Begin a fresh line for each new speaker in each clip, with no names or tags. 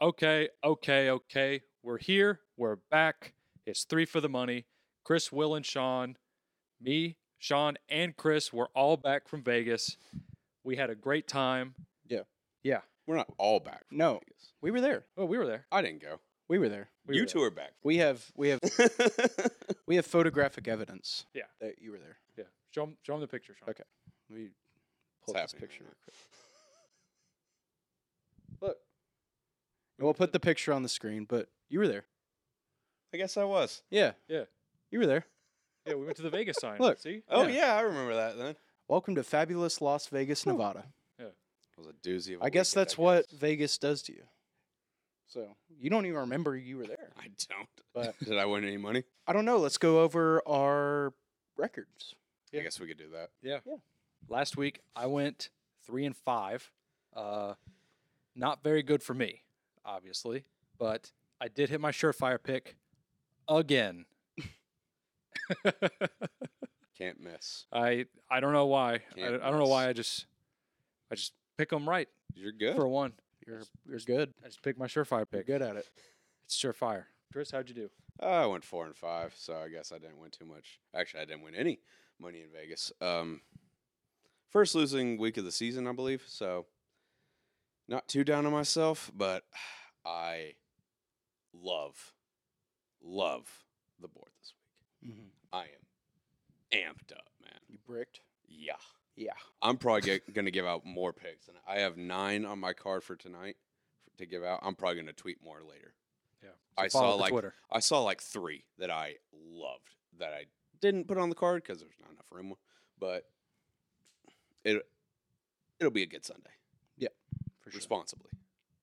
okay, okay, okay, we're here, we're back. It's three for the money. Chris, Will, and Sean, me, Sean, and Chris, we're all back from Vegas. We had a great time.
We're not all back. from
No.
Vegas.
We were there.
Oh, we were there.
I didn't go.
We were there.
We
you
were
two are back.
We have we have we have photographic evidence.
Yeah.
That you were there.
there. Yeah. Show them, show 'em the picture, Sean.
Okay. Let me pull up
It's
this
happening right
picture.
now.
real quick. Look. And we'll put the picture on the screen, but you were there.
I guess I was.
Yeah.
Yeah.
You were there.
Yeah, we went to the Vegas sign.
Look.
See?
Oh
Yeah.
yeah, I remember that then.
Welcome to fabulous Las Vegas,
Whew.
Nevada.
It was a doozy. Of a
I guess
weekend,
that's what
guess.
Vegas does to you. So you don't even remember you were there.
I don't.
But
Did I win any money?
I don't know. Let's go over our records.
Yeah.
I guess we could do that.
Last week I went three and five. Uh, not very good for me, obviously, but I did hit my surefire pick again.
Can't miss.
I I don't know why. I, I
Can't
don't know why
miss.
I just I just pick them right
You're good.
for one.
You're you're good.
I just pick my surefire
You're
pick.
good at it.
It's surefire. Chris, how'd you do?
I went four and five, so I guess I didn't win too much. Actually, I didn't win any money in Vegas. Um, first losing week of the season, I believe. So, not too down on myself, but I love, love the board this week. I am amped up, man.
Mm-hmm. You bricked.
Yeah,
Yeah.
I'm probably get, gonna give out more picks, and I have nine on my card for tonight f- to give out. I'm probably gonna tweet more later.
Yeah.
I
follow
saw
the
like
Twitter.
I saw like three that I loved that I didn't put on the card because there's not enough room. But it it'll be a good Sunday,
For sure.
responsibly.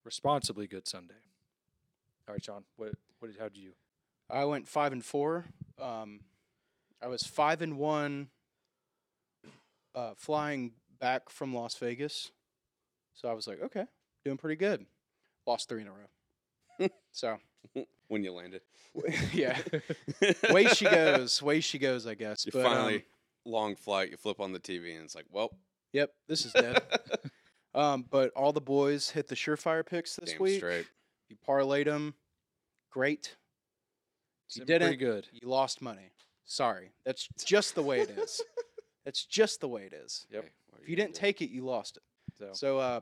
Responsibly good Sunday. All right, Sean. What what did how'd you do?
I went five and four. Um, I was five and one. Uh, flying back from Las Vegas, so I was like, okay, doing pretty good. Lost three in a row. so
When you landed,
yeah, way she goes, way she goes. I guess.
You
But, um,
finally long flight. You flip on the TV and it's like, well,
yep, this is dead. um, but all the boys hit the surefire picks this
damn
week.
straight.
You parlayed them. Great. You
Seemed pretty
didn't.
good.
You lost money. Sorry. That's just the way it is. That's just the way it is.
Yep.
Hey, what are
If you
gonna
didn't
do?
take it, you lost it.
So,
So uh,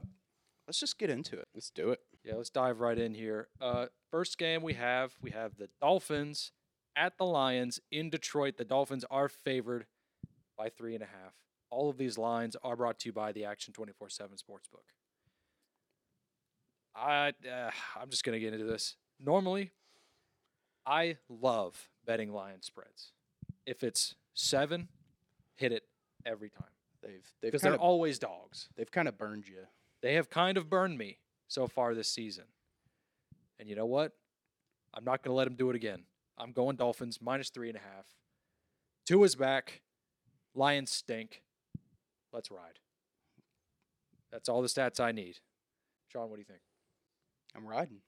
let's just get into it.
let's do it.
yeah, let's dive right in here. Uh, first game we have we have the Dolphins at the Lions in Detroit. The Dolphins are favored by three and a half. All of these lines are brought to you by the Action Twenty Four Seven Sportsbook. I uh, I'm just gonna get into this. Normally, I love betting lion spreads. If it's seven, hit it every time
They've they've
because
kind
they're
of
always dogs.
they've kind of burned you.
They have kind of burned me so far this season. And you know what? I'm not going to let them do it again. I'm going Dolphins minus three and a half. Two is back. Lions stink. Let's ride. That's all the stats I need. Sean, what do you think?
I'm riding.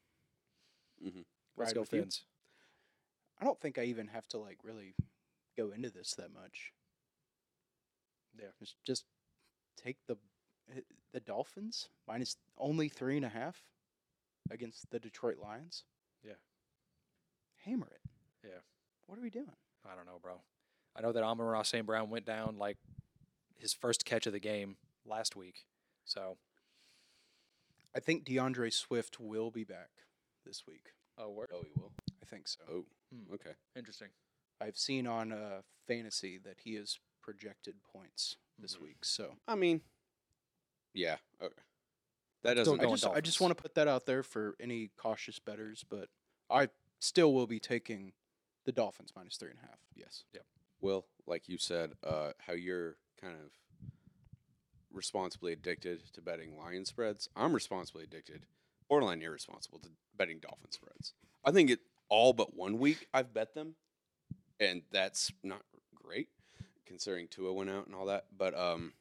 Mhm.
Let's
Ride
go
with you.
Fins.
I don't think I even have to like really go into this that much.
Yeah.
Just just take the eh, the Dolphins minus only three and a half against the Detroit Lions.
Yeah.
Hammer it.
Yeah.
What are we doing?
I don't know, bro. I know that Amon Ross St. Brown went down like his first catch of the game last week. So,
I think DeAndre Swift will be back this week.
oh, word.
Oh, you will.
I think so.
Oh,
Hmm.
okay.
Interesting.
Mm-hmm. I've seen on uh, fantasy that he is projected points this
Mm-hmm.
Mhm.
week. So
I mean, yeah. Okay. That
still
doesn't.
I
Going
make-
just, I just
Dolphins.
want to put that out there for any cautious betters, but I still will be taking the Dolphins minus three and a half.
Yes.
Yep.
Well, like you said, uh, how you're kind of responsibly addicted to betting lion spreads. I'm responsibly addicted, borderline irresponsible to betting dolphin spreads. I think it all but one week I've bet them, and that's not great considering Tua went out and all that. But um,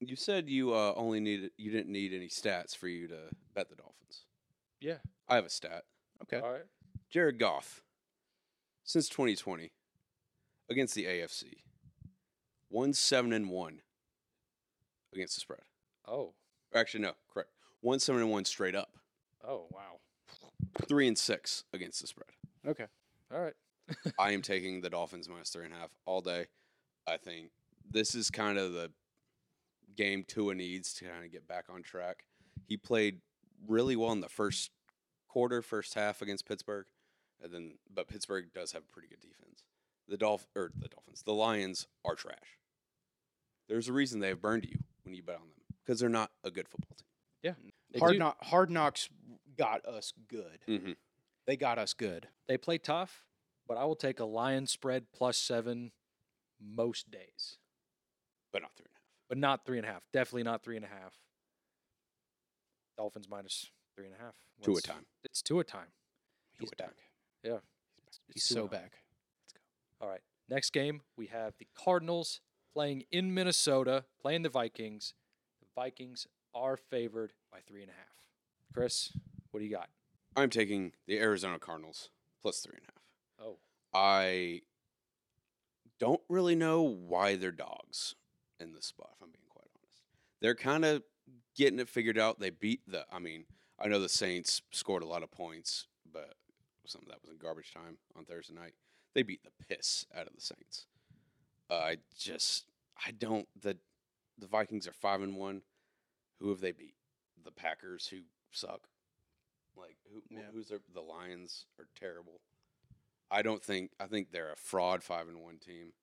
you said you uh, only needed you didn't need any stats for you to bet the Dolphins.
Yeah.
I have a stat.
Okay.
All right.
Jared Goff, since 2020, against the AFC, one seven and one against the spread.
Oh,
Or actually, no, correct. One seven and one straight up.
oh, wow.
three and six against the spread.
Okay.
All right.
I am taking the Dolphins minus three and a half all day. I think this is kind of the game Tua needs to kind of get back on track. He played really well in the first quarter, first half against Pittsburgh, and then but Pittsburgh does have a pretty good defense. The Dolph or the Dolphins, the Lions are trash. There's a reason they have burned you when you bet on them because they're not a good football They
Hard
do-
knock, hard knocks got us good.
team. Mm-hmm.
They got us good.
They play tough, but I will take a lion spread plus seven most days,
But not three and a half.
but not three and a half. Definitely not three and a half. Dolphins minus three and a half.
Two a
What's-
time.
It's two a time.
Two
He's
a time.
back.
It's
He's
two
so
and a-
back.
All right. Next game, we have the Cardinals playing in Minnesota, playing the Vikings. The Vikings are favored by three and a half. Chris, what do you got?
I'm taking the Arizona Cardinals plus three and a half.
Oh,
I don't really know why they're dogs in this spot, if I'm being quite honest. They're kind of getting it figured out. They beat the, I mean, I know the Saints scored a lot of points, but some of that was in garbage time on Thursday night. They beat the piss out of the Saints. Uh, I just, I don't, the, the Vikings are 5 and 1. Who have they beat? The Packers, who suck. Like, who,
Yeah.
who's their, the Lions are terrible. I don't think I think they're a fraud five and one team.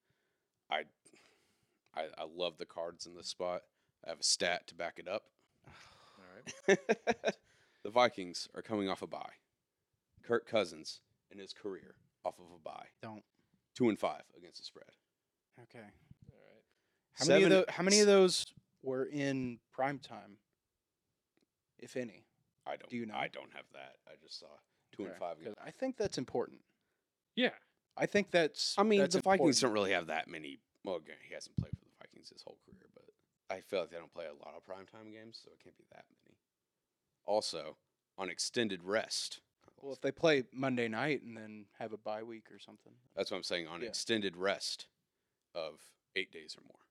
I I, I love the cards in this spot. I have a stat to back it up.
all right.
the Vikings are coming off a bye. Kirk Cousins in his career off of a bye.
Don't.
Two and five against the spread.
Okay.
All right.
How many, of
Seven-
tho- how many of those were in prime time, if any?
I don't.
Do you know?
I don't have that. I just saw two and
Okay.
five. Against,
'Cause I think that's important.
Yeah.
I think that's.
I mean,
that's
the
important.
Vikings don't really have that many. Well, again, he hasn't played for the Vikings his whole career, but I feel like they don't play a lot of primetime games, so it can't be that many. Also, on extended rest.
Well, if they play Monday night and then have a bye week or something.
That's what I'm saying. On
Yeah.
extended rest of eight days or more,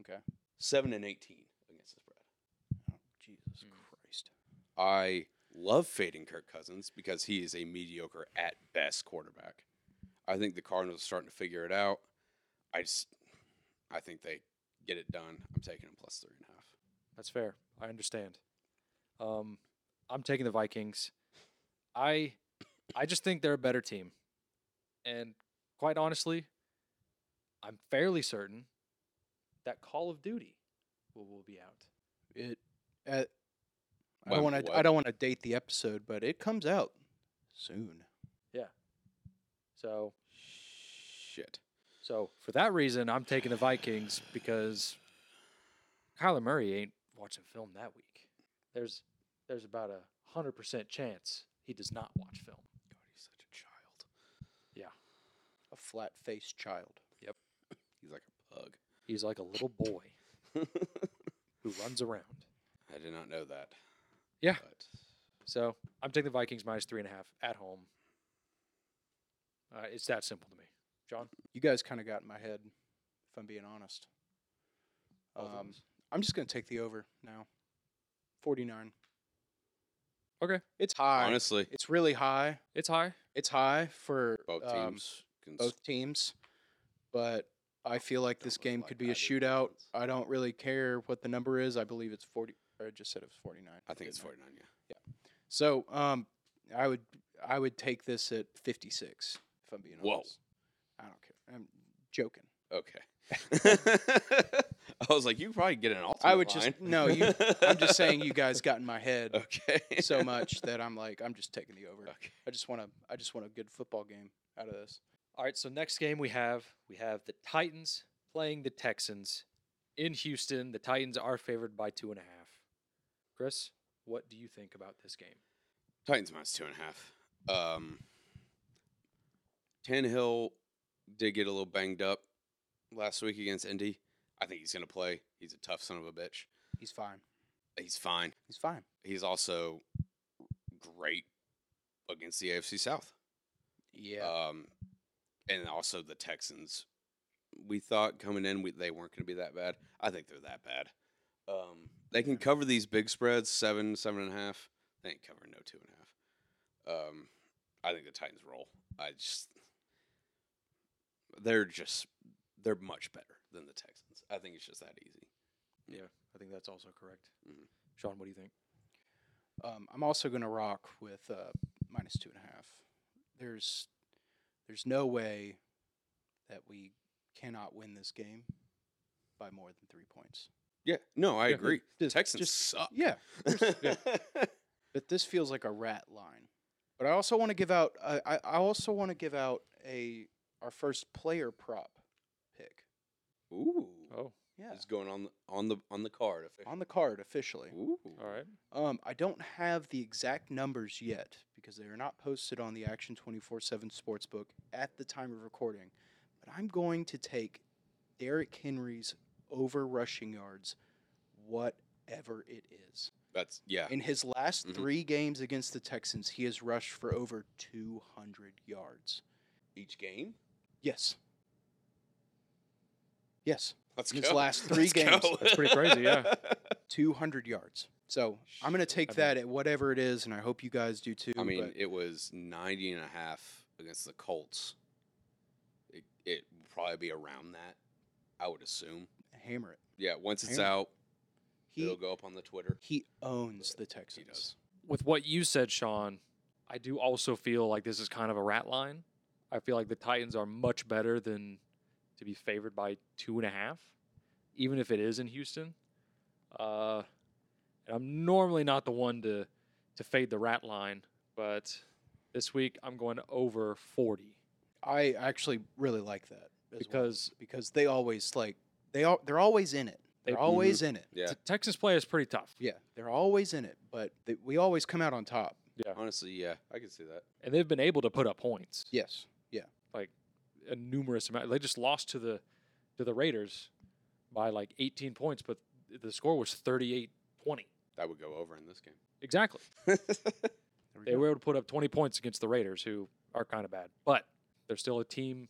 Okay.
seven and eighteen against the spread.
Oh, Jesus
Hmm.
Mm.
Christ.
I love fading Kirk Cousins because he is a mediocre at best quarterback. I think the Cardinals are starting to figure it out. I just, I think they get it done. I'm taking him plus three and a half.
That's fair. I understand. Um, I'm taking the Vikings. I I just think they're a better team. And quite honestly, I'm fairly certain that Call of Duty will, will be out.
It. Uh, I
When-
don't want to. I
what?
don't want to date the episode, but it comes out soon.
So
Shit.
so for that reason, I'm taking the Vikings because Kyler Murray ain't watching film that week. There's there's about a hundred percent chance he does not watch film.
God, he's such a child.
A flat-faced child.
He's like a pug.
He's like a little boy who runs around.
I did not know that.
Yeah.
But
So I'm taking the Vikings minus three and a half at home. Uh, it's that simple to me. John,
You guys kind of got in my head, if I'm being honest.
Both of
Um,
us.
I'm just gonna take the over now. Forty-nine.
Okay.
It's high.
honestly,
It's really high.
it's high.
It's high for
both
um,
teams can s-
both teams, but I feel like
Don't
this
look
game
like
could be a
either team
shootout.
wins.
I don't really care what the number is. I believe it's forty. Or I just said it was forty-nine.
I think it's
didn't
49, yeah.
So, um, I would I would take this at 56 if I'm being
Whoa.
honest. I don't care. I'm joking.
Okay. I was like, you probably get an alternate.
I would just-
line.
no, you- I'm just saying you guys got in my head
Okay.
so much that I'm like I'm just taking the over.
Okay.
I just want to I just want a good football game out of this.
All right. So next game we have we have the Titans playing the Texans in Houston. The Titans are favored by two and a half. Chris, what do you think about this game?
Titans minus two and a half. Um, Tannehill did get a little banged up last week against Indy. I think he's going to play. He's a tough son of a bitch.
He's fine.
He's fine.
He's fine.
He's also great against the AFC South.
Yeah.
Um, and also the Texans. We thought coming in we, they weren't going to be that bad. I think they're that bad. Um, they can cover these big spreads, seven, seven and a half. They ain't covering no two and a half. Uh, Um, I think the Titans roll. I just they're just they're much better than the Texans. I think it's just that easy.
I think that's also correct.
Mhm.
Sean, what do you think?
Um, I'm also going to rock with uh, minus two and a half. There's there's no way that we cannot win this game by more than three points.
Yeah, no, I
Yeah,
agree.
just-
Texans
just-
suck.
Yeah,
yeah.
but this feels like a rat line. But I also want to give out. I I I also want to give out a our first player prop pick.
Ooh,
Oh,
Yeah,
it's going on the, on the on the card. Officially.
on the card officially.
Ooh,
all right.
Um, I don't have the exact numbers yet because they are not posted on the Action 24 7 Sportsbook at the time of recording. But I'm going to take Derrick Henry's over rushing yards, whatever it is.
that's yeah.
In his last
Mhm.
three games against the Texans, he has rushed for over 200 yards.
Each game.
Yes. Yes.
Let's
His
go.
last three games.
go.
That's pretty crazy, yeah.
200 yards. So I'm going to
I
take
mean-
that at whatever it is, and I hope you guys do too.
I mean,
but-
it was 90 and a half against the Colts. It it would probably be around that, I would assume.
hammer it.
Yeah, once it's
Damn.
out,
He
it'll go up on the Twitter.
He owns the Texans.
does.
With what you said, Sean, I do also feel like this is kind of a rat line. I feel like the Titans are much better than to be favored by two and a half, even if it is in Houston. Uh, and I'm normally not the one to to fade the rat line, but this week I'm going over 40
I actually really like that as well,
because
because they always like they all they're always in it. They're
They-
always in it.
Yeah,
Te- Texas play is pretty tough.
Yeah, they're always in it, but they, we always come out on top.
honestly, yeah, I can see that.
and they've been able to put up points
Yes.
a numerous amount. They just lost to the to the Raiders by like 18 points, but the score was 38-20.
That would go over in this game.
Exactly.
There we
They
go.
were able to put up 20 points against the Raiders, who are kind of bad, but they're still a team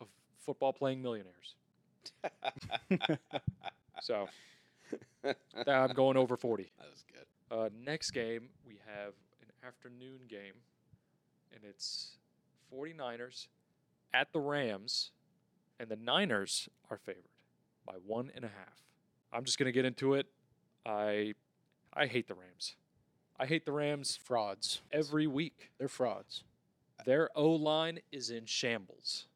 of football playing millionaires. So that- I'm going over 40.
that was good.
Uh, next game, we have an afternoon game, and it's 49ers at the Rams, and the Niners are favored by one and a half. I'm just going to get into it. I, I hate the Rams. I hate the Rams
frauds.
every week.
They're frauds.
Their O line is in shambles.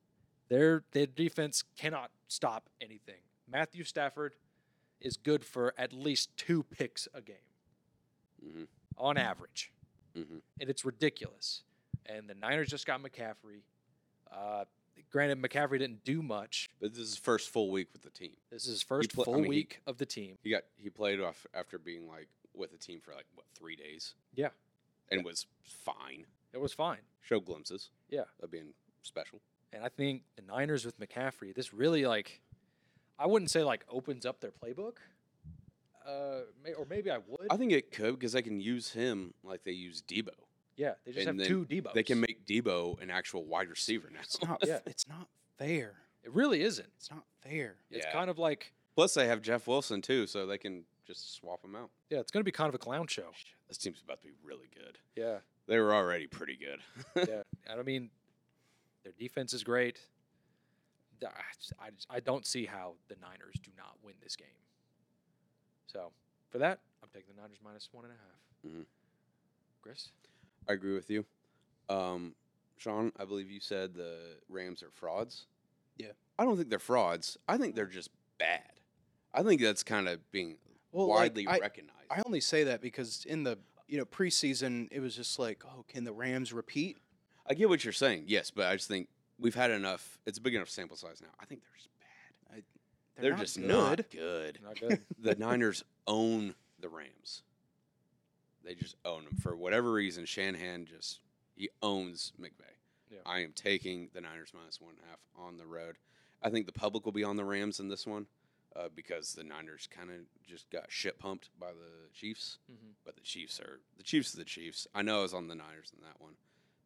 Their their defense cannot stop anything. Matthew Stafford is good for at least two picks a game
hmm
on average,
hmm
and it's ridiculous. And the Niners just got McCaffrey. Uh, granted, McCaffrey didn't do much.
But this is his first full week with the team.
This is his first
pla- I
full
mean, he-
week of the team.
He got he played off after being like with the team for like what three days.
Yeah.
and was fine.
It was fine,
Showed glimpses.
Yeah.
of being special.
and I think the Niners with McCaffrey, this really like, I wouldn't say like opens up their playbook. Uh, may, or maybe I would.
I think it could because they can use him like they use Debo.
Yeah, they just
And
have
then
two Debo.
They can make Debo an actual wide receiver now.
It's not.
Yeah.
It's not fair.
It really isn't.
It's not fair.
It's
Yeah.
kind of like
Plus, they have Jeff Wilson too, so they can just swap him out.
yeah, it's going to be kind of a clown show.
Shit, This team's about to be really good.
Yeah,
They were already pretty good.
yeah. And I mean, their defense is great. The- I, just- I, just- I don't see how the Niners do not win this game. So for that, I'm taking the Niners minus one and a half.
Mhm.
Chris,
I agree with you, um, Sean. I believe you said the Rams are frauds.
Yeah.
I don't think they're frauds. I think they're just bad. I think that's kind of being
Well, like,
widely
I,
recognized.
I only say that because in the you know preseason it was just like, oh, can the Rams repeat?
I get what you're saying, yes, but I just think we've had enough. It's a big enough sample size now. I think they're just bad. They're,
not
just
good.
not good.
not good.
the Niners own the Rams. They just own them for whatever reason. Shanahan just he owns McVay.
Yeah.
I am taking the Niners minus one and a half on the road. I think the public will be on the Rams in this one uh, because the Niners kind of just got shit pumped by the Chiefs.
Mhm.
But the Chiefs are the Chiefs are the Chiefs. I know I was on the Niners in that one,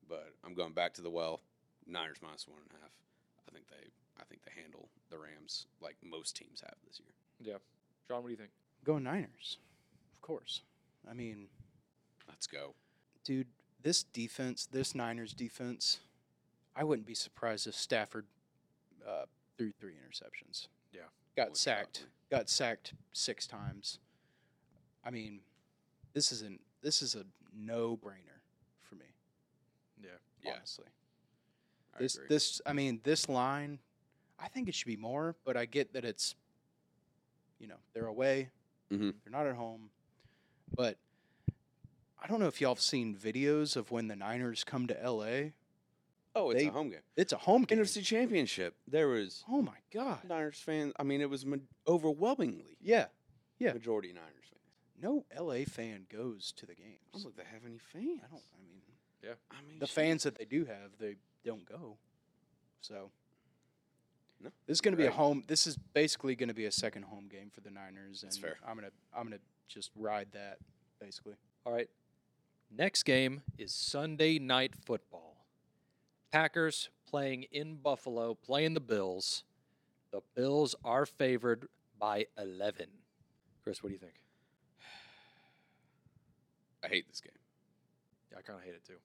but I'm going back to the well. Niners minus one and a half. I think they I think they handle the Rams like most teams have this year.
John, what do you think?
Go Niners, of course. I mean,
Let's go.
dude, this defense, this Niners defense, I wouldn't be surprised if Stafford uh, threw three interceptions.
Yeah.
Got
Would
sacked.
probably.
Got sacked six times. I mean, this is an this is a no brainer for me.
Yeah.
Yeah.
Honestly.
I
This
agree.
this I mean, this line, I think it should be more, but I get that it's you know, they're away.
Mhm.
They're not at home. But I don't know if y'all have seen videos of when the Niners come to LA.
oh, it's
they-
a home game.
It's a home game.
NFC Championship. There was
Oh my god.
Niners fans. I mean, it was ma- overwhelmingly
Yeah. Yeah.
majority Niners fans.
No LA fan goes to the games.
I don't think they have any fans.
I don't I mean
I mean,
the
shit.
fans that they do have, they don't go. So
No,
this is going to be
right.
a home. This is basically going to be a second home game for the Niners.
That's
and
fair.
I'm gonna I'm gonna just ride that basically.
All right. Next game is Sunday night football. Packers playing in Buffalo, playing the Bills. The Bills are favored by 11. Chris, what do you think?
I hate this game.
Yeah, I kind of hate it too.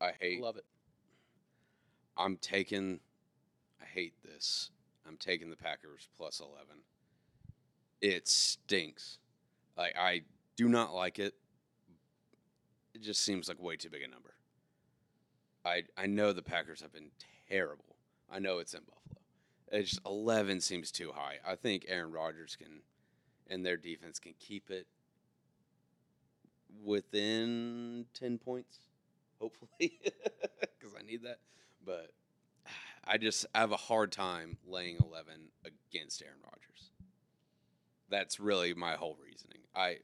I hate.
Love it.
I'm taking. I hate this. I'm taking the Packers plus eleven. It stinks. Like I do not like it. It just seems like way too big a number. I I know the Packers have been terrible. I know it's in Buffalo. It's just eleven seems too high. I think Aaron Rodgers can, and their defense can keep it within ten points, hopefully, because I need that. But I just I have a hard time laying eleven against Aaron Rodgers. That's really my whole reasoning. I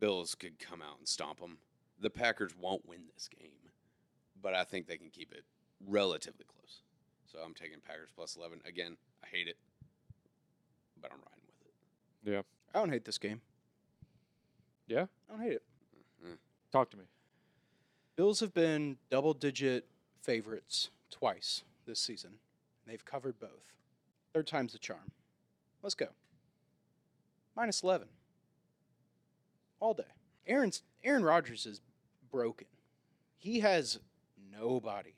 Bills could come out and stomp them. The Packers won't win this game, but I think they can keep it relatively close. So I'm taking Packers plus eleven again. I hate it, but I'm riding with it.
I don't hate this game.
Yeah?
I don't hate it.
Mm-hmm.
Talk to me.
Bills have been double digit favorites twice this season. They've covered both. Third time's the charm. Let's go. Minus 11. All day. Aaron's, Aaron Rodgers is broken. He has nobody.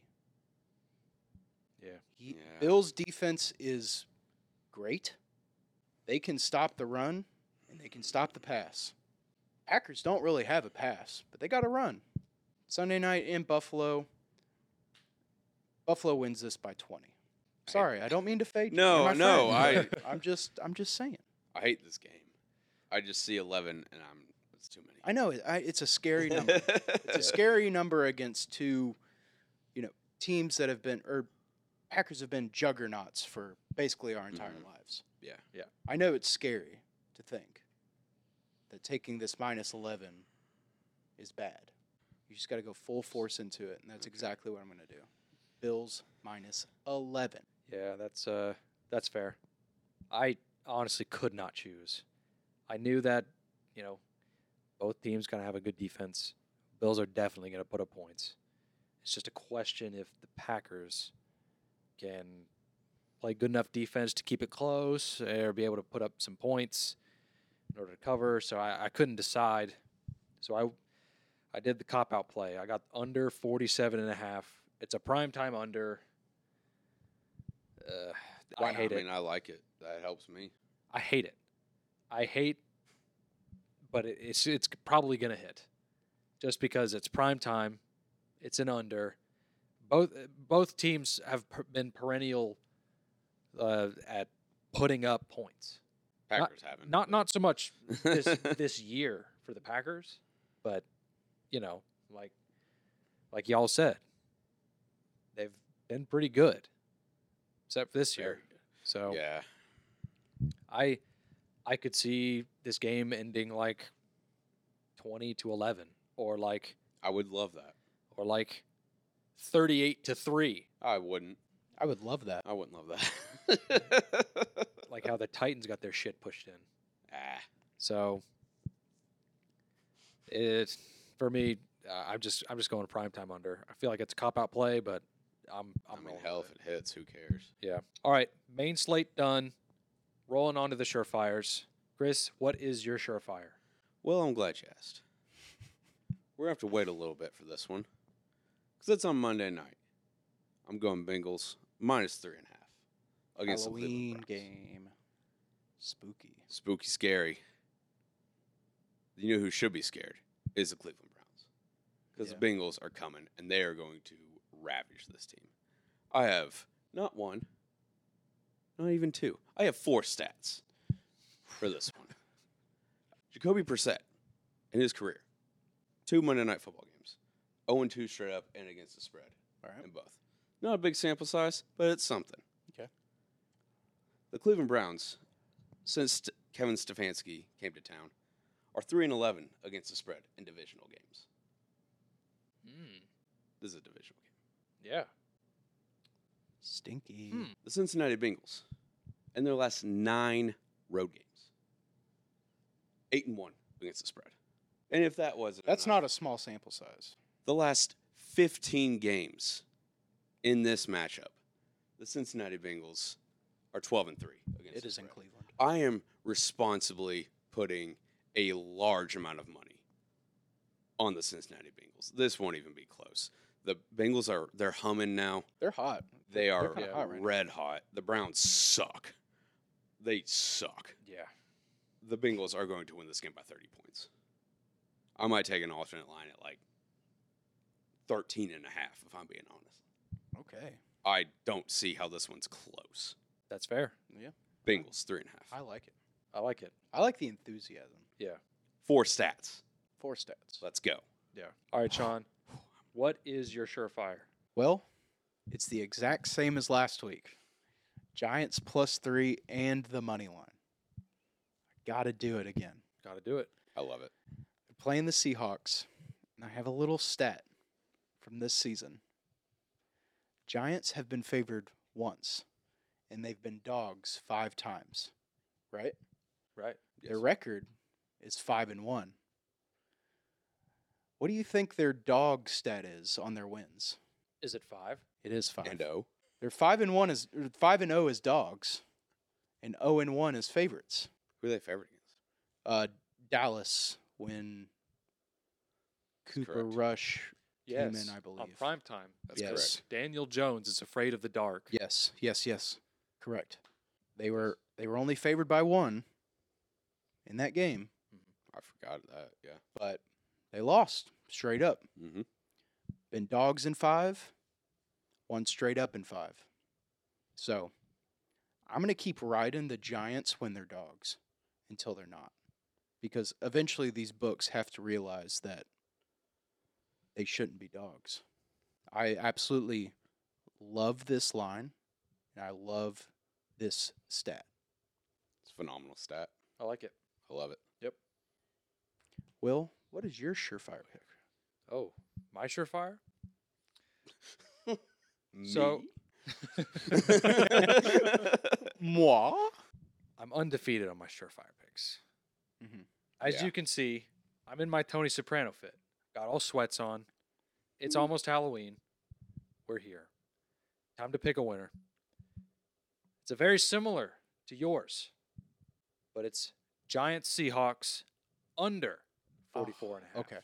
Yeah.
He,
Yeah.
Bills' defense is great. They can stop the run and they can stop the pass. Packers don't really have a pass, but they got a run. Sunday night in Buffalo. Buffalo wins this by 20.
I-
Sorry, I don't mean to fade. you.
No,
You're my
no,
friend, but I'm just, I'm just saying.
I hate this game. I just see eleven and I'm it's too many.
I know it, I, it's a scary number. it's a scary number against two, you know, teams that have been or Packers have been juggernauts for basically our entire
Mhm.
lives.
Yeah.
Yeah.
I know it's scary to think that taking this minus eleven is bad. You just got to go full force into it, and that's
Okay.
exactly what I'm going to do. Bills minus eleven.
Yeah, that's uh that's fair. I honestly could not choose. I knew that, you know, both teams gonna have a good defense. Bills are definitely gonna put up points. It's just a question if the Packers can play good enough defense to keep it close or be able to put up some points in order to cover. So I, I couldn't decide. So I I did the cop out play. I got under 47 and a half. It's a prime time under. Uh, I hate
I
it.
mean, I like it. That helps me.
I hate it. I hate, but it, it's it's probably gonna hit, just because it's prime time, it's an under. Both both teams have per, been perennial uh, at putting up points. Not-
Packers haven't.
Not not so much
but-
this this year for the Packers, but you know, like like y'all said, they've been pretty good, except for this year. Oh.
Very
So
Yeah.
I I could see this game ending like 20 to 11 or like
I would love that.
or like 38 to 3
I wouldn't.
I would love that.
I wouldn't love that.
like how the Titans got their shit pushed in.
ah,
So it for me uh, I'm just I'm just going prime time under. I feel like it's a cop out play but I'm
i
I'm
mean,
rolling
hell,
with
if
it.
it hits, who cares?
Yeah. All right, main slate done. Rolling on to the surefires. Chris, what is your surefire?
Well, I'm glad you asked. We're gonna have to wait a little bit for this one. because that's on Monday night. I'm going Bengals minus three and a half against the Cleveland
Halloween
Browns.
game. Spooky.
Spooky, scary. You know who should be scared is the Cleveland Browns because
Yeah.
the Bengals are coming and they are going to ravage this team. I have not one, not even two. I have four stats for this one. Jacoby Brissett in his career, two Monday Night Football games, 0 and 2 straight up and against the spread
All right.
in both. Not a big sample size, but it's something.
Okay.
The Cleveland Browns, since St- Kevin Stefanski came to town, are three and eleven against the spread in divisional games.
Mm,
This is a divisional game.
yeah.
Stinky.
Hmm.
The Cincinnati Bengals, in their last nine road games, eight and one against the spread. And if that wasn't
That's
enough,
not a small sample size.
the last 15 games in this matchup, the Cincinnati Bengals are 12 and 3 against
It
the
is in
spread.
Cleveland.
I am responsibly putting a large amount of money on the Cincinnati Bengals. This won't even be close. The Bengals are they're humming now.
They're hot.
They are
kinda hot right now.
red hot. The Browns suck. They suck.
Yeah.
The Bengals are going to win this game by 30 points. I might take an alternate line at like 13 and a half if I'm being honest.
Okay.
I don't see how this one's close.
That's fair.
Yeah.
Bengals three and a
I
half.
like it.
I like it.
I like the enthusiasm.
Four stats.
Four stats.
Let's go.
Yeah. All right, Sean. What is your surefire?
Well, it's the exact same as last week. Giants plus three and the money line. Got to do it again.
Got to do it.
I love it.
They're playing the Seahawks, and I have a little stat from this season. Giants have been favored once, and they've been dogs five times, right?
Right.
Their record is five and one. What do you think their dog stat is on their wins?
Is it five?
It is five.
And oh, O.
They're five and one is or five and zero is dogs, and zero and one is favorites.
Who are they favored against?
Uh, Dallas when Cooper
correct.
Rush
Yes.
came in, I believe.
On prime time,
That's
yes,
Daniel Jones is afraid of the dark.
yes, yes, yes, correct. They were they were only favored by one in that game,
correct. I forgot that. Yeah.
but they lost straight up.
Mm-hmm.
Been dogs in five, one straight up in five. So I'm going to keep riding the Giants when they're dogs until they're not. Because eventually these books have to realize that they shouldn't be dogs. I absolutely love this line and I love this stat.
It's a phenomenal stat.
I like it.
I love it.
Will, what is your surefire pick?
Oh, my surefire? So-
Me?
Moi?
I'm undefeated on my surefire picks.
Mhm.
As
Yeah.
you can see, I'm in my Tony Soprano fit. Got all sweats on. It's
Mm.
almost Halloween. We're here. Time to pick a winner. It's a very similar to yours, but it's Giants Seahawks under 44 and a half.
Oh, Okay.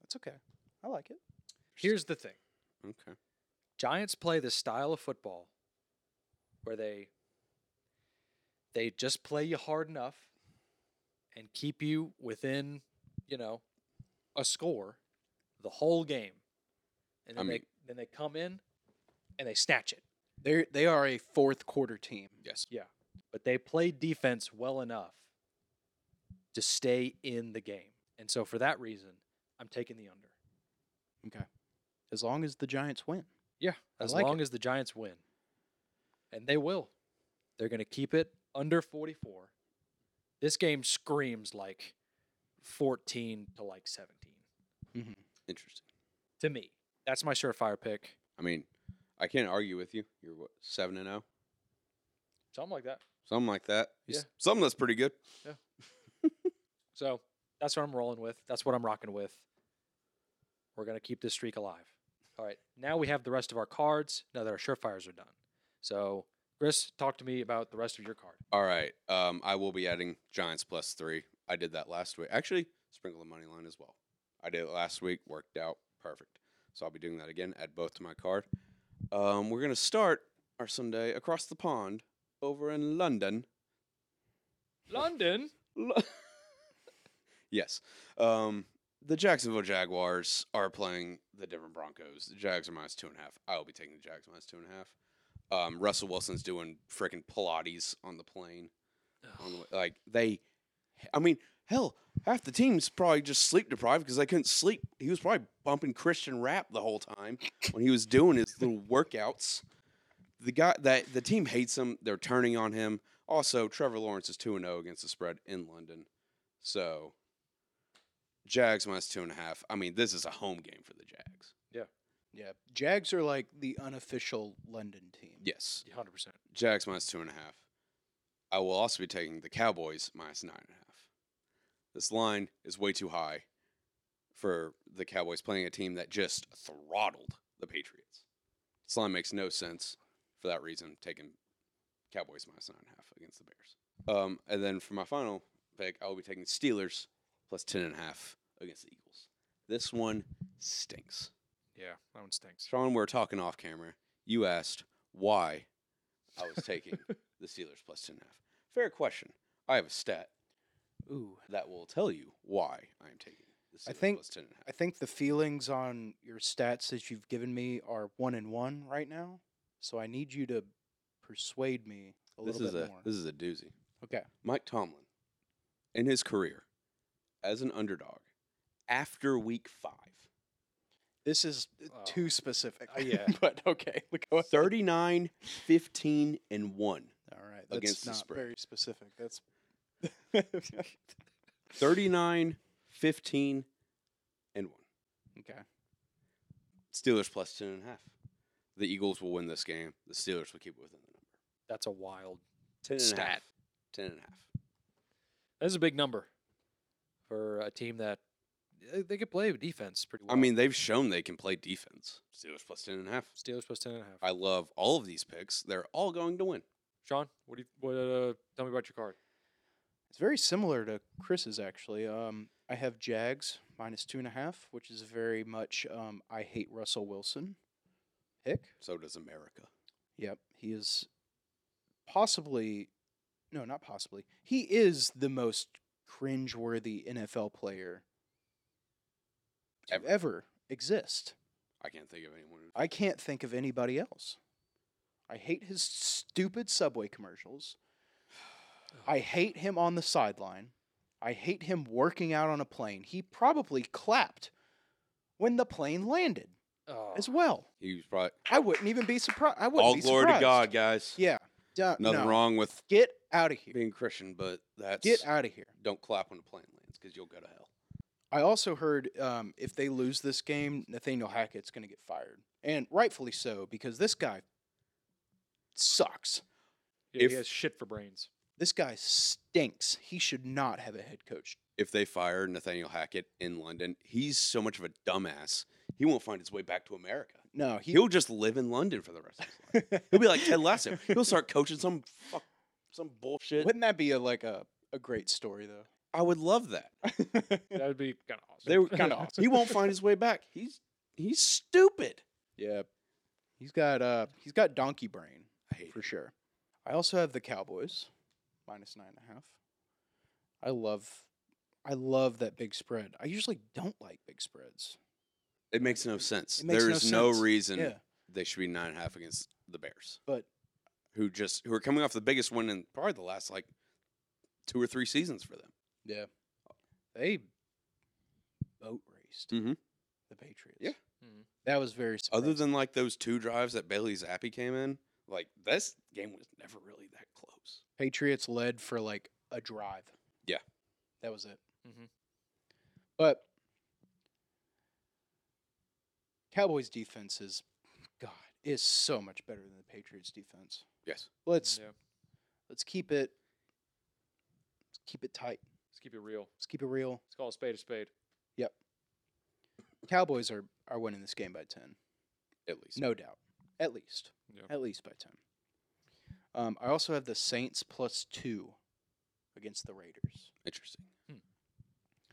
That's okay. I like it.
Here's the thing.
okay.
Giants play this style of football where they they just play you hard enough and keep you within, you know, a score the whole game. And
I
then they
mean-
then they come in and they snatch it.
They they are a fourth quarter team.
Yes.
But they play defense well enough to stay in the game. And so for that reason, I'm taking the under.
Okay. As long as the Giants win.
Yeah,
I
as
like
long as the Giants win, and they will, they're going to keep it under 44. This game screams like 14 to like 17
Mm-hmm.
Interesting.
to me. That's my surefire pick,
I mean, I can't argue with you. You're what seven and zero,
something like that.
something like that.
Yeah.
Something that's pretty good.
So that's what I'm rolling with. That's what I'm rocking with. We're going to keep this streak alive. All right, now we have the rest of our cards. Now that our surefires are done, so Chris, talk to me about the rest of your card.
All right. Um, I will be adding Giants plus three. I did that last week. Actually, sprinkle the money line as well. I did it last week. Worked out perfect. So I'll be doing that again. Add both to my card. Um, we're gonna start our Sunday across the pond over in London.
London.
Lo- yes. Um, the Jacksonville Jaguars are playing the Denver Broncos. The Jags are minus two and a half. I will be taking the Jags minus two and a half. Um, Russell Wilson's doing freaking Pilates on the plane. On the, way- like they, I mean, hell, half the team's probably just sleep deprived because they couldn't sleep. He was probably bumping Christian rap the whole time when he was doing his little workouts. The guy that the team hates him. They're turning on him. Also, Trevor Lawrence is 2 0 against the spread in London. So, Jags minus 2.5. I mean, this is a home game for the Jags.
Yeah, Jags are like the unofficial London team.
Yes.
Hundred percent.
Jags minus 2.5. I will also be taking the Cowboys minus 9.5. This line is way too high for the Cowboys playing a team that just throttled the Patriots. This line makes no sense for that reason, taking Cowboys minus 9.5 against the Bears. Um, and then for my final pick, I will be taking the Steelers plus 10.5 against the Eagles. This one stinks.
Yeah, that one stinks.
Sean, we were talking off camera. You asked why I was taking the Steelers plus 10 and a half. Fair question. I have a stat
Ooh,
that will tell you why I'm taking the Steelers
I think-
plus 10 and a half.
I think the feelings on your stats that you've given me are one and one right now. So I need you to persuade me a
this
little
is
bit
a
more.
this is a doozy.
okay.
Mike Tomlin, in his career as an underdog, after week five,
This is
Oh.
too specific.
Uh, yeah.
but okay. we go ahead.
39, 15, and one.
All right. That's
against the
not
spread.
very specific. That's
39, 15, and one.
okay.
Steelers plus 10 and a half. The Eagles will win this game. The Steelers will keep it within the number.
That's a wild.
Ten and a half.
Stat.
Ten and a half.
That's a big number for a team that they, they could play defense pretty well.
I mean, they've shown they can play defense. Steelers plus ten and a half.
Steelers plus ten and a half.
I love all of these picks. They're all going to win.
Sean, what do you what? Uh, tell me about your card.
It's very similar to Chris's actually. Um, I have Jags minus two and a half, which is very much um, I hate Russell Wilson pick.
So does America.
Yep, he is possibly, no, not possibly. He is the most cringeworthy NFL player to
Ever.
ever, exist.
I can't think of anyone. Who,
I can't think of anybody else. I hate his stupid Subway commercials. I hate him on the sideline. I hate him working out on a plane. He probably clapped when the plane landed
Oh,
as well.
he was probably
I wouldn't even be surprised. I wouldn't
all
be
glory
surprised.
to God, guys.
Yeah. Duh,
Nothing
no.
wrong with
Get out of here.
being Christian, but that's
Get out of here.
don't clap when the plane lands because you'll go to hell.
I also heard um, if they lose this game, Nathaniel Hackett's going to get fired, and rightfully so because this guy sucks.
yeah,
if-
he has shit for brains.
This guy stinks. He should not have a head coach.
If they fire Nathaniel Hackett in London, he's so much of a dumbass. He won't find his way back to America.
No, he.
He'll just live in London for the rest of his life. He'll be like Ted Lasso. He'll start coaching some fuck, some bullshit.
Wouldn't that be a, like a, a great story though?
I would love that.
That would be kind of awesome.
They were
Kinda awesome.
He won't find his way back. He's he's stupid.
yeah, he's got uh he's got donkey brain
I hate
for sure. I also have the Cowboys minus nine and a half. I love, I love that big spread. I usually don't like big spreads.
it. It makes no sense.
It makes
there
no
is no
sense.
reason
Yeah,
they should be nine and a half against the Bears,
but
who just who are coming off the biggest win in probably the last like two or three seasons for them.
Yeah. They boat raced
Mhm.
the Patriots.
Yeah.
Mhm.
That was very
Other
surprising.
than like those two drives that Bailey Zappi came in, like this game was never really that close.
Patriots led for like a drive.
Yeah.
That was it.
Mhm.
But Cowboys defense is God is so much better than the Patriots defense.
Yes.
Let's
Yeah, let's
let's keep it let's keep it tight.
keep it real.
Let's keep it real.
Let's call a spade a spade.
Cowboys are are winning this game by ten.
At least.
No doubt. At least.
Yeah.
At least by 10. Um, I also have the Saints plus two against the Raiders.
Interesting.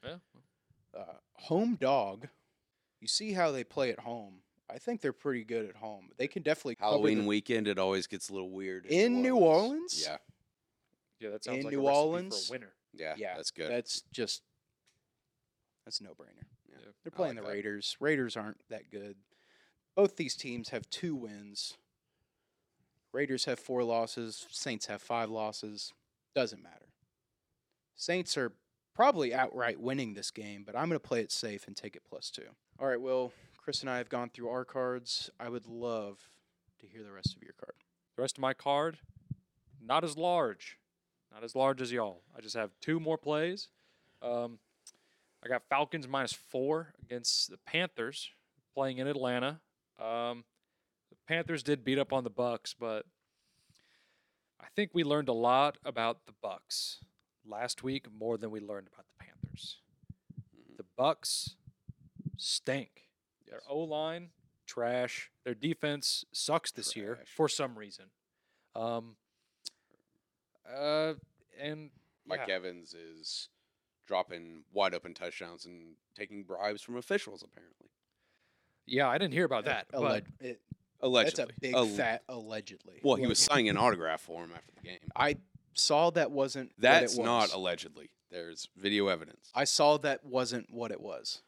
Yeah.
Uh, home dog. You see how they play at home. I think they're pretty good at home. They can definitely cover
Halloween
the-
weekend, it always gets a little weird.
In New Orleans?
Yeah,
Yeah, that sounds
In
like
New
a recipe
Orleans?
for a winner.
yeah,
Yeah,
That's good.
That's just that's a no brainer.
Yeah,
Yeah.
They're
I
playing
like
the
that.
Raiders. Raiders aren't that good. Both these teams have two wins. Raiders have four losses. Saints have five losses. Doesn't matter. Saints are probably outright winning this game, but I'm going to play it safe and take it plus two. All right, Will, Chris and I have gone through our cards. I would love to hear the rest of your card.
The rest of my card, not as large, not as large as y'all. I just have two more plays. Um, I got Falcons minus four against the Panthers playing in Atlanta. Um, the Panthers did beat up on the Bucks, but I think we learned a lot about the Bucks last week more than we learned about the Panthers.
Mhm.
The Bucks stink. Their
Yes.
O line trash. Their defense sucks this year
Trash.
for some reason. Um, uh, and
Mike
yeah.
Evans is dropping wide open touchdowns and taking bribes from officials. Apparently,
yeah, I didn't hear about that.
Alleg-
but
it- that's
allegedly.
a big
Alle-
fat allegedly.
Well, he was signing an autograph for him after the game.
I saw that wasn't. what it
That's
was.
not allegedly. There's video evidence.
I saw that wasn't what it was.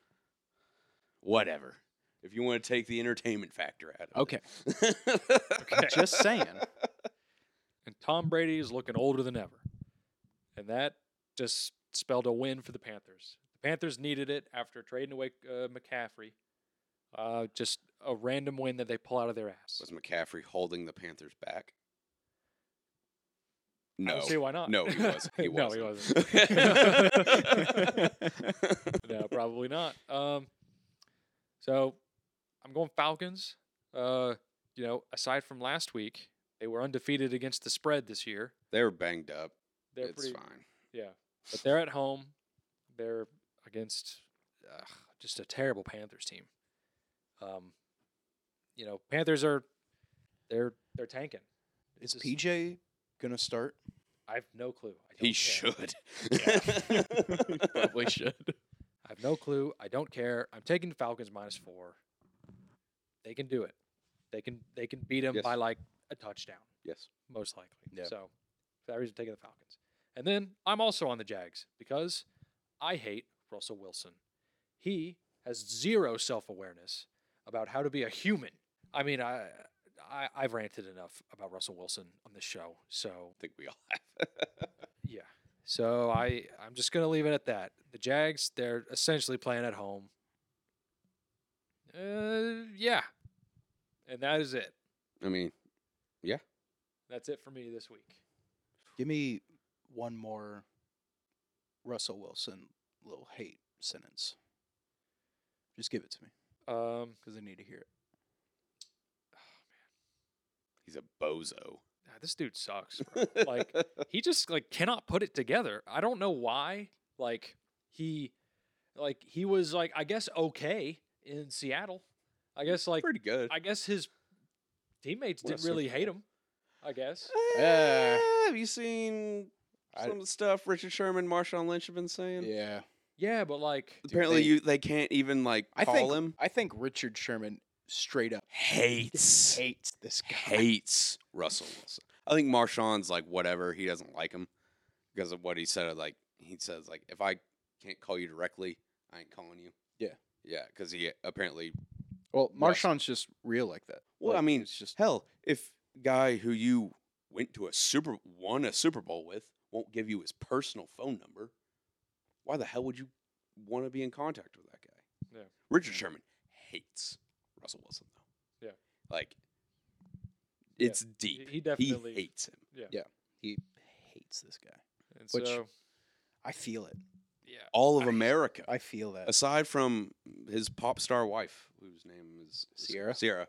Whatever. If you want to take the entertainment factor out of
Okay.
it.
Okay.
Just saying.
and Tom Brady is looking older than ever, and that just spelled a win for the Panthers. The Panthers needed it after trading away uh, McCaffrey. Uh, just a random win that they pull out of their ass.
Was McCaffrey holding the Panthers back?
I
No.
don't see why not.
No, he was. He
no,
wasn't.
he wasn't.
wasn't.
no, probably not. Um, so I'm going Falcons. Uh, you know, aside from last week, they were undefeated against the spread this year.
they were banged up.
They're
it's
pretty,
fine.
yeah, but they're at home. They're against ugh, just a terrible Panthers team. Um, you know, Panthers are they're they're tanking.
Is
Just-
PJ gonna start?
I have no clue. I don't
He
care.
should.
should.
I have no clue. I don't care. I'm taking the Falcons minus four. They can do it. They can they can beat them
Yes.
by like a touchdown,
Yes.
most likely.
Yeah.
So for that reason, taking the Falcons. And then I'm also on the Jags because I hate Russell Wilson. He has zero self awareness about how to be a human. I mean, I, I I've ranted enough about Russell Wilson on this show, so
I think we all have.
yeah. So I I'm just gonna leave it at that. The Jags they're essentially playing at home. Uh, yeah, and that is it.
I mean,
That's it for me this week.
Give me one more Russell Wilson little hate sentence. Just give it to me
Um,
because I need to hear it.
he's a bozo.
ah, this dude sucks. bro. like he just like cannot put it together. I don't know why. Like he, like he was like I guess okay in Seattle. I guess like
pretty good.
I guess his teammates
Won a
didn't
Super
really hate
Bowl.
him. I guess.
Eh.
have you seen
I-
some of the stuff Richard Sherman, Marshawn Lynch have been saying?
Yeah,
Yeah, but like
Apparently,
they-
you they can't even like
I
call
think
him.
I think Richard Sherman straight up
Hates
hates this guy.
hates Russell Wilson. I think Marshawn's like whatever. He doesn't like him because of what he said. Like he says, like if I can't call you directly, I ain't calling you.
Yeah.
yeah. Because he apparently
Well,
Russell.
Marshawn's just real like that.
Well, I
Like,
mean,
it's just
hell, if guy who you went to a super won a Super Bowl with won't give you his personal phone number, why the hell would you want to be in contact with that guy?
Yeah.
Richard
Yeah.
Sherman hates Russell Wilson though.
Yeah.
Like
Yeah.
it's deep.
he definitely-
hates him.
he hates this guy.
and
which-
so
I feel it.
yeah.
All of America.
I feel that.
aside from his pop star wife, whose name is is
Sierra?
Sierra.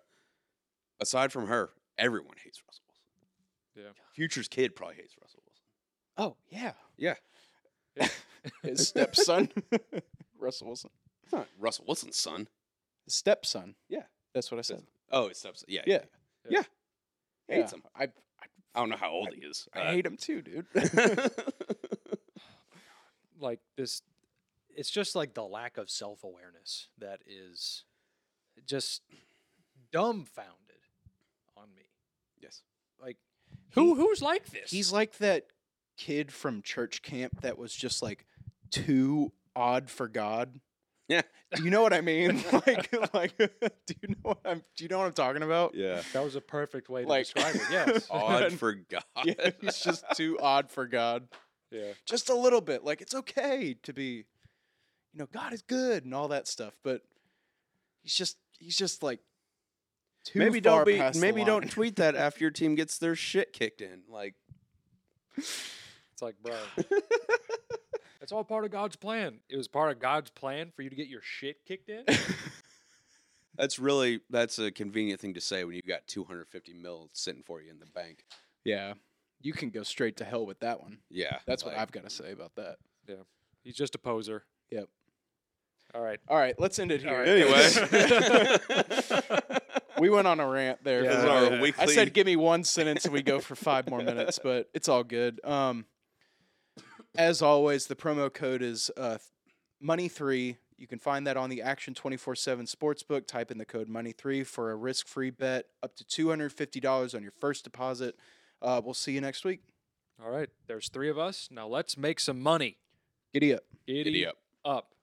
Aside from her, everyone hates Russell Wilson.
Yeah.
Future's kid probably hates Russell Wilson.
Oh yeah,
Yeah.
his stepson, Russell Wilson.
It's not Russell Wilson's son.
His stepson.
Yeah.
that's what I said.
Oh, it's stepson. Yeah.
Yeah.
Yeah.
Yeah. Uh,
Hates him.
I, I,
I don't know how old he is. uh,
I hate him too, dude.
like this it's just like the lack of self-awareness that is it just dumbfounded on me.
Yes.
Like
Who-
who's like this?
He's like that kid from church camp that was just like too odd for God.
Yeah.
Do you know what I mean? like, like, do you know what I'm? Do you know what I'm talking about?
Yeah.
that was a perfect way to
Like-
describe it. Yes.
Odd for God.
Yeah, he's just too odd for God.
yeah.
Just a little bit. Like it's okay to be, you know, God is good and all that stuff, but he's just he's just like too
maybe
far
don't be.
past the
Maybe
line.
don't tweet that after your team gets their shit kicked in. Like,
It's like, bro. It's all part of God's plan. It was part of God's plan for you to get your shit kicked in.
that's really that's a convenient thing to say when you got 250 mil sitting for you in the bank.
Yeah, you can go straight to hell with that one.
Yeah.
That's what
like,
I've got to say about that.
He's just a poser.
Yep.
All right.
All right, let's end it
All
here.
right. Anyway.
we went on a rant there.
Yeah.
for
This
Those
a
is
are
our
minute.
weekly.
I said, give me one sentence, and we go for five more minutes, but it's all good. Um, as always, the promo code is uh, money three. You can find that on the Action Twenty Four Seven Sportsbook. Type in the code money three for a risk free bet up to two hundred fifty dollars on your first deposit. Uh, we'll see you next week.
All right. There's three of us. Now let's make some money.
Giddy up.
Giddy
Giddy up.
up.